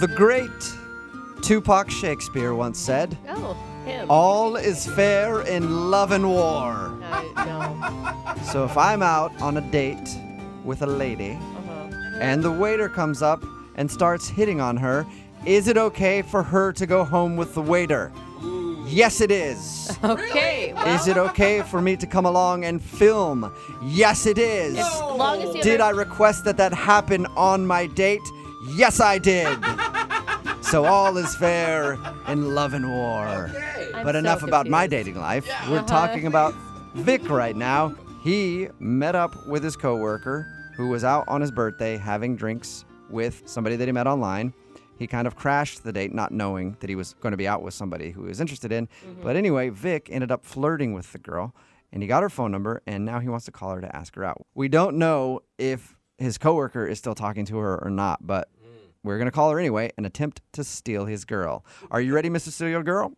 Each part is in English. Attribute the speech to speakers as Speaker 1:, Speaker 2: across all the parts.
Speaker 1: The great Tupac Shakespeare once said,
Speaker 2: Oh, him.
Speaker 1: All is fair in love and war.
Speaker 2: I, no.
Speaker 1: So if I'm out on a date with a lady
Speaker 2: Uh-huh.
Speaker 1: and the waiter comes up and starts hitting on her, is it okay for her to go home with the waiter? Yes, it is.
Speaker 2: Okay. well,
Speaker 1: is it okay for me to come along and film? Yes, it is.
Speaker 2: as long as the
Speaker 1: Did
Speaker 2: other-
Speaker 1: I request that that happen on my date? Yes, I did. so all is fair in love and war.
Speaker 2: I'm
Speaker 1: But
Speaker 2: so
Speaker 1: enough about my
Speaker 2: confused.
Speaker 1: dating
Speaker 2: Uh-huh.
Speaker 1: life. We're talking about Vic right now. He met up with his coworker who was out on his birthday having drinks with somebody that he met online. He kind of crashed the date, not knowing that he was going to be out with somebody who he was interested in.
Speaker 2: Mm-hmm.
Speaker 1: But anyway, Vic ended up flirting with the girl and he got her phone number and now he wants to call her to ask her out. We don't know if his coworker is still talking to her or not, but we're going to call her anyway and attempt to steal his girl. Are you ready, Mr. Serial Girl?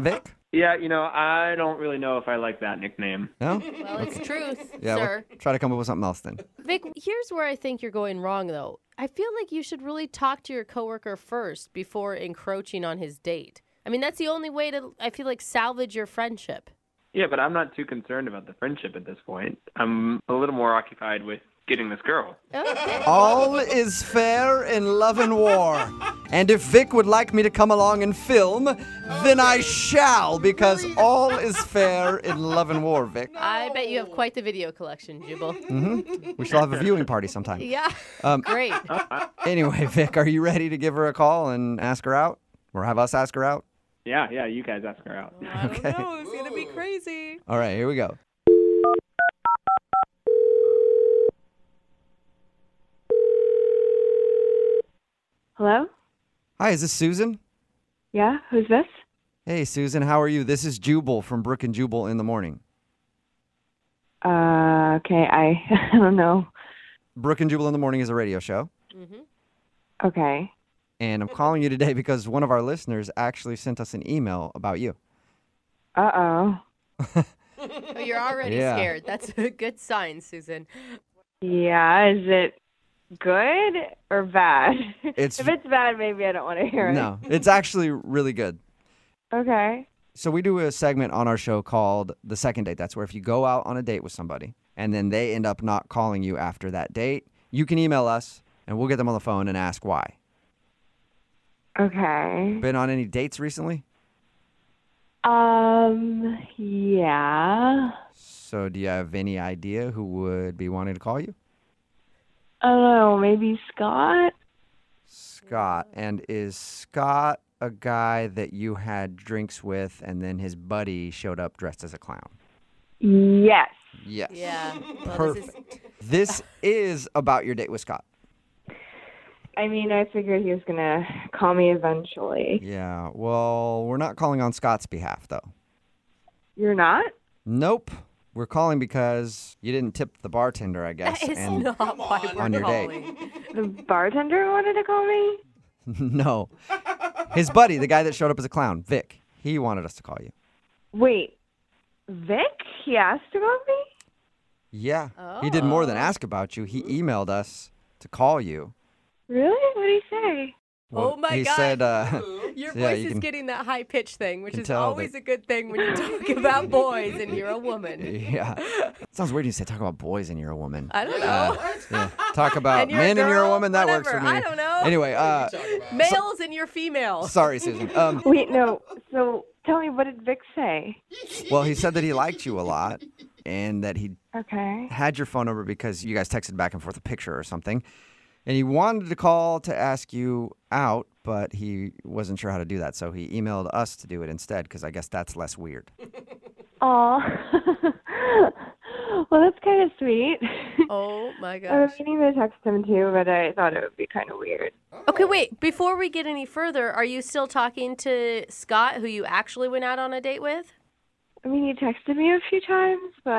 Speaker 1: Vic?
Speaker 3: Yeah, you know, I don't really know if I like that nickname.
Speaker 1: No?
Speaker 2: Well, it's truth,
Speaker 1: Yeah, we'll
Speaker 2: sir.
Speaker 1: try to come up with something else then.
Speaker 2: Vic, here's where I think you're going wrong, though. I feel like you should really talk to your coworker first before encroaching on his date. I mean, that's the only way to, I feel like, salvage your friendship.
Speaker 3: Yeah, but I'm not too concerned about the friendship at this point. I'm a little more occupied with getting this girl.
Speaker 2: Okay.
Speaker 1: All is fair in love and war. And if Vic would like me to come along and film, then I shall, because all is fair in love and war, Vic.
Speaker 2: I bet you have quite the video collection, Jubal.
Speaker 4: Mm.
Speaker 1: We shall have a viewing party sometime.
Speaker 2: Yeah.
Speaker 1: Um,
Speaker 2: Great.
Speaker 1: Anyway, Vic, are you ready to give her a call and ask her out? Or have us ask her out?
Speaker 3: Yeah, yeah, you guys ask her out.
Speaker 4: I don't know. It's going to be crazy.
Speaker 1: All right, here we go.
Speaker 5: Hello?
Speaker 1: Hi, is this Susan?
Speaker 5: Yeah, who's this?
Speaker 1: Hey, Susan, how are you? This is Jubal from Brook and Jubal in the Morning.
Speaker 5: Uh, okay, I, I don't know.
Speaker 1: Brook and Jubal in the Morning is a radio show.
Speaker 5: Okay.
Speaker 1: And I'm calling you today because one of our listeners actually sent us an email about you.
Speaker 5: Uh oh.
Speaker 2: Oh, you're already
Speaker 1: Yeah.
Speaker 2: scared. That's a good sign, Susan.
Speaker 5: Yeah, is it good or bad?
Speaker 1: It's-
Speaker 5: if it's bad, maybe I don't want to hear it.
Speaker 1: No, it's actually really good.
Speaker 5: Okay.
Speaker 1: So we do a segment on our show called The Second Date. That's where if you go out on a date with somebody and then they end up not calling you after that date, you can email us and we'll get them on the phone and ask why.
Speaker 5: Okay.
Speaker 1: Been on any dates recently?
Speaker 5: Um, yeah.
Speaker 1: So do you have any idea who would be wanting to call you?
Speaker 5: I don't know, maybe Scott?
Speaker 1: Scott. And is Scott a guy that you had drinks with and then his buddy showed up dressed as a clown?
Speaker 5: Yes.
Speaker 1: Yes.
Speaker 2: Yeah. Well, this is-
Speaker 1: Perfect. This is about your date with Scott.
Speaker 5: I mean, I figured he was going to call me eventually.
Speaker 1: Yeah. Well, we're not calling on Scott's behalf, though.
Speaker 5: You're not?
Speaker 1: Nope. We're calling because you didn't tip the bartender, I guess.
Speaker 2: that is
Speaker 1: and
Speaker 2: not why we're
Speaker 1: on your date.
Speaker 2: calling.
Speaker 5: The bartender wanted to call me?
Speaker 1: no. His buddy, the guy that showed up as a clown, Vic, he wanted us to call you.
Speaker 5: Wait, Vic? He asked about me?
Speaker 1: Yeah. He did more
Speaker 2: Oh.
Speaker 1: than ask about you. He emailed us to call you.
Speaker 5: Really? What did he say?
Speaker 2: Oh my
Speaker 1: he
Speaker 2: God.
Speaker 1: said, uh,
Speaker 2: Your
Speaker 1: Yeah,
Speaker 2: voice
Speaker 1: you
Speaker 2: is
Speaker 1: can-
Speaker 2: getting that high pitch thing, which
Speaker 1: can
Speaker 2: is
Speaker 1: tell
Speaker 2: always
Speaker 1: that-
Speaker 2: a good thing when you talk about boys and you're a woman.
Speaker 1: yeah. Sounds weird you say talk about boys and you're a woman.
Speaker 2: I don't know.
Speaker 1: Yeah. Talk about
Speaker 2: And you're a
Speaker 1: men and you're a
Speaker 2: girl,
Speaker 1: woman. That works for
Speaker 2: whatever,
Speaker 1: me.
Speaker 2: I don't know.
Speaker 1: Anyway, uh,
Speaker 2: Males and you're female.
Speaker 1: sorry, Susan. Um,
Speaker 5: Wait, no. So tell me, what did Vic say?
Speaker 1: well, he said that he liked you a lot and that he
Speaker 5: Okay.
Speaker 1: had your phone number because you guys texted back and forth a picture or something. And he wanted to call to ask you out, but he wasn't sure how to do that. So he emailed us to do it instead because I guess that's less weird.
Speaker 2: Oh,
Speaker 5: Aw. well, that's kind of sweet.
Speaker 2: Oh my
Speaker 5: I was
Speaker 2: gosh.
Speaker 5: meaning to text him too, but I thought it would be kind of weird.
Speaker 2: Okay, wait. Before we get any further, are you still talking to Scott, who you actually went out on a date with?
Speaker 5: I mean, he texted me a few times, but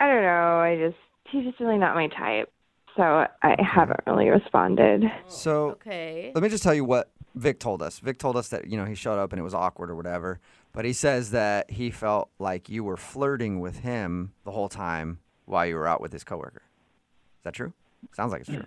Speaker 5: I don't know. I just, he's just really not my type. So I haven't really responded.
Speaker 1: So
Speaker 2: Okay.
Speaker 1: let me just tell you what Vic told us. Vic told us that, you know, he showed up and it was awkward or whatever. But he says that he felt like you were flirting with him the whole time while you were out with his coworker. Is that true? Sounds like it's true.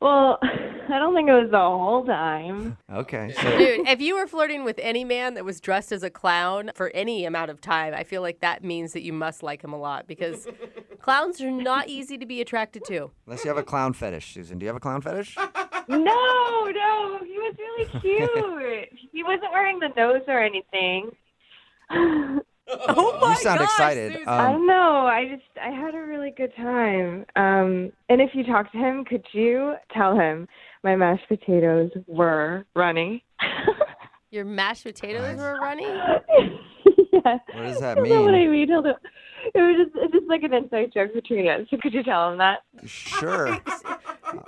Speaker 5: Well, I don't think it was the whole time.
Speaker 1: Okay. So
Speaker 2: Dude, if you were flirting with any man that was dressed as a clown for any amount of time, I feel like that means that you must like him a lot because clowns are not easy to be attracted to.
Speaker 1: unless you have a clown fetish, Susan. Do you have a clown fetish?
Speaker 5: No, no, he was really cute. he wasn't wearing the nose or anything.
Speaker 2: Oh
Speaker 1: you sound excited.
Speaker 5: I
Speaker 1: Um,
Speaker 5: don't know. I just I had a really good time. Um, and if you talk to him, could you tell him my mashed potatoes were runny?
Speaker 2: Your mashed potatoes
Speaker 1: Nice.
Speaker 2: were running?
Speaker 5: yeah.
Speaker 1: what does that
Speaker 5: That's not what I
Speaker 1: mean?
Speaker 5: mean. He'll do- It was just it's just like an inside joke between us. So could you tell him that?
Speaker 1: Sure.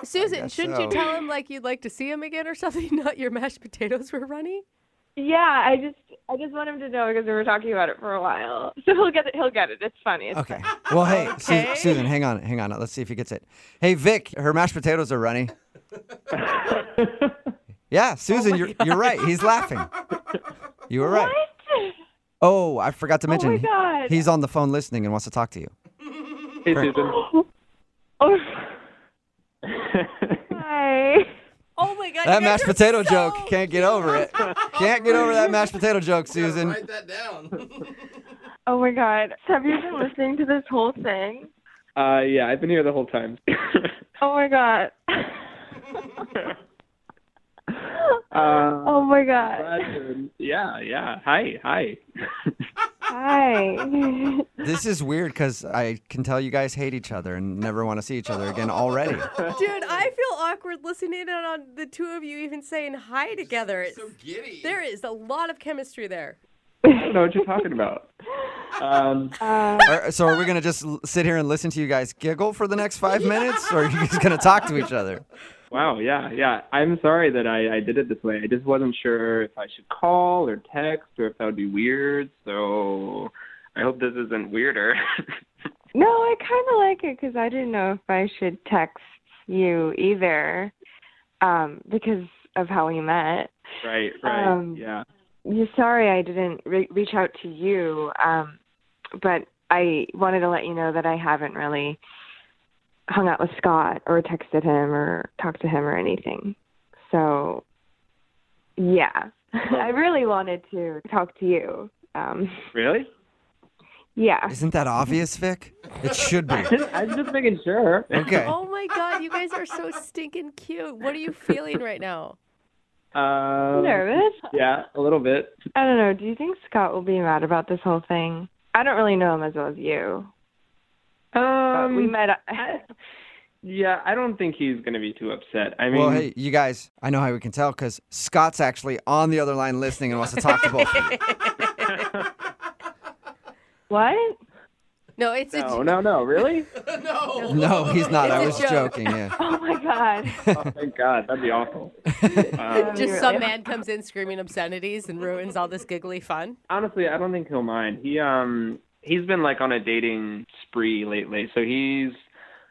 Speaker 2: Susan,
Speaker 1: guess
Speaker 2: shouldn't
Speaker 1: so.
Speaker 2: you tell him like you'd like to see him again or something? Not your mashed potatoes were runny?
Speaker 5: Yeah, I just I just want him to know because we were talking about it for a while. So he'll get it. He'll get it. It's funny. It's
Speaker 1: Okay. Well, hey, Su-
Speaker 4: Okay.
Speaker 1: Susan, hang on, hang on. Let's see if he gets it. Hey, Vic, her mashed potatoes are runny. Yeah, Susan, you're you're right. He's laughing. You were right.
Speaker 5: What?
Speaker 1: Oh, I forgot to
Speaker 5: my
Speaker 1: mention. he-
Speaker 5: God.
Speaker 1: He's on the phone listening and wants to talk to you.
Speaker 3: Hey, Susan.
Speaker 5: Oh, hi.
Speaker 4: Oh my god. you
Speaker 1: That
Speaker 4: guys
Speaker 1: mashed
Speaker 4: are
Speaker 1: potato
Speaker 4: so-
Speaker 1: joke can't get over it. Can't get over that mashed potato joke, Susan.
Speaker 6: Write that down.
Speaker 5: Oh my God. Have you been listening to this whole thing?
Speaker 3: uh, yeah, I've been here the whole time.
Speaker 5: Oh my God.
Speaker 3: uh,
Speaker 5: Oh my God.
Speaker 3: glad- yeah, yeah. Hi, hi.
Speaker 5: Hi.
Speaker 1: This is weird because I can tell you guys hate each other and never want to see each other again already.
Speaker 2: Dude, I feel awkward listening in on the two of you even saying hi together. It's,
Speaker 6: so giddy.
Speaker 2: there is a lot of chemistry there.
Speaker 3: I don't know what you're talking about. Um,
Speaker 5: Uh,
Speaker 1: Are- so are we gonna just l- sit here and listen to you guys giggle for the next five minutes, or are you guys gonna talk to each other?
Speaker 3: wow, yeah, yeah. I'm sorry that I, I did it this way. I just wasn't sure if I should call or text or if that would be weird. So I hope this isn't weirder.
Speaker 5: no, I kind of like it because I didn't know if I should text you either, um, because of how we met.
Speaker 3: right, right.
Speaker 5: Um,
Speaker 3: yeah.
Speaker 5: you sorry I didn't re- reach out to you, um, but I wanted to let you know that I haven't really hung out with Scott or texted him or talked to him or anything. So, yeah, I really wanted to talk to you. Um,
Speaker 3: Really?
Speaker 5: yeah.
Speaker 1: Isn't that obvious, Vic? It should be.
Speaker 3: I'm just making sure.
Speaker 1: Okay.
Speaker 2: Oh my god, you guys are so stinking cute. What are you feeling right now?
Speaker 3: Um,
Speaker 5: I'm nervous.
Speaker 3: Yeah, a little bit.
Speaker 5: I don't know. Do you think Scott will be mad about this whole thing? I don't really know him as well as you. But we
Speaker 3: Um,
Speaker 5: met.
Speaker 3: yeah, I don't think he's gonna be too upset. I mean,
Speaker 1: Well, hey, you guys, I know how we can tell because Scott's actually on the other line listening and wants to talk to both of you.
Speaker 5: what?
Speaker 2: No, it's a
Speaker 3: no, no, no, really?
Speaker 6: no.
Speaker 1: No, he's not. I was
Speaker 2: It's a joke.
Speaker 1: joking. Yeah.
Speaker 5: Oh my God.
Speaker 3: oh, thank God, that'd be awful. Um,
Speaker 2: just
Speaker 5: You're
Speaker 2: some
Speaker 5: right.
Speaker 2: man comes in screaming obscenities and ruins all this giggly fun.
Speaker 3: honestly, I don't think he'll mind. He um he's been like on a dating spree lately, so he's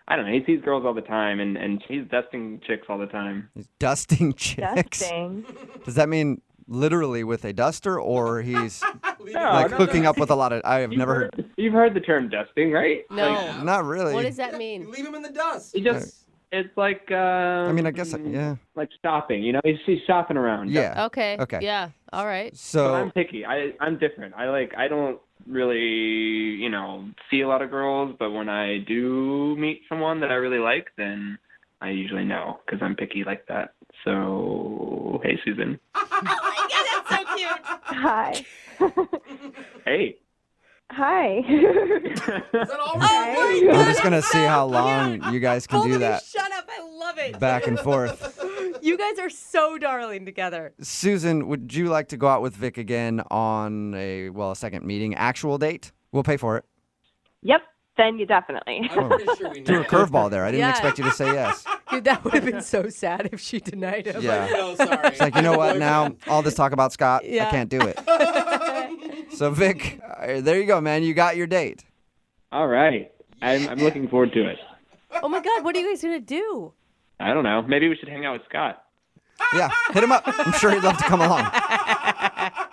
Speaker 3: I don't know. He sees girls all the time, and and he's dusting chicks all the time.
Speaker 1: He's dusting chicks.
Speaker 5: Dusting.
Speaker 1: Does that mean literally with a duster or he's
Speaker 3: No,
Speaker 1: like
Speaker 3: no,
Speaker 1: hooking
Speaker 3: no.
Speaker 1: up with a lot of. I have never heard.
Speaker 3: You've heard the term dusting, right? Like,
Speaker 2: No.
Speaker 1: Not really.
Speaker 2: What does that
Speaker 6: You
Speaker 2: mean?
Speaker 6: leave him in the dust.
Speaker 3: he just it's like um,
Speaker 1: I mean, I guess, yeah.
Speaker 3: like shopping. You know, he's he's shopping around.
Speaker 1: Yeah.
Speaker 2: Okay.
Speaker 1: Okay.
Speaker 2: Yeah. All right.
Speaker 3: But I'm
Speaker 1: So,
Speaker 3: picky. I I'm different. I like I don't really you know see a lot of girls, but when I do meet someone that I really like, then I usually know because I'm picky like that. So hey, Susan.
Speaker 5: Hi.
Speaker 3: Hey.
Speaker 5: Hi.
Speaker 6: Is that all?
Speaker 2: Oh,
Speaker 5: Okay.
Speaker 6: Oh,
Speaker 1: we're just going to see how long you guys can do that
Speaker 2: shut up. I love it.
Speaker 1: back and forth.
Speaker 2: You guys are so darling together.
Speaker 1: Susan, would you like to go out with Vic again on a well, a second meeting, actual date? We'll pay for it.
Speaker 5: Yep, then you definitely.
Speaker 6: I'm pretty sure we
Speaker 1: Threw
Speaker 6: know.
Speaker 1: a curveball there. I didn't
Speaker 2: Yeah.
Speaker 1: expect you to say yes.
Speaker 2: Dude, that would have been so sad if she denied him.
Speaker 1: Yeah.
Speaker 6: No, sorry.
Speaker 1: It's like, you know what? Now all this talk about Scott, I
Speaker 2: Yeah.
Speaker 1: can't do it. so Vic, uh, there you go, man. You got your date.
Speaker 3: All right. I'm I'm looking forward to it.
Speaker 2: Oh my God. What are you guys going to do?
Speaker 3: I don't know. Maybe we should hang out with Scott.
Speaker 1: Yeah, hit him up. I'm sure he'd love to come along.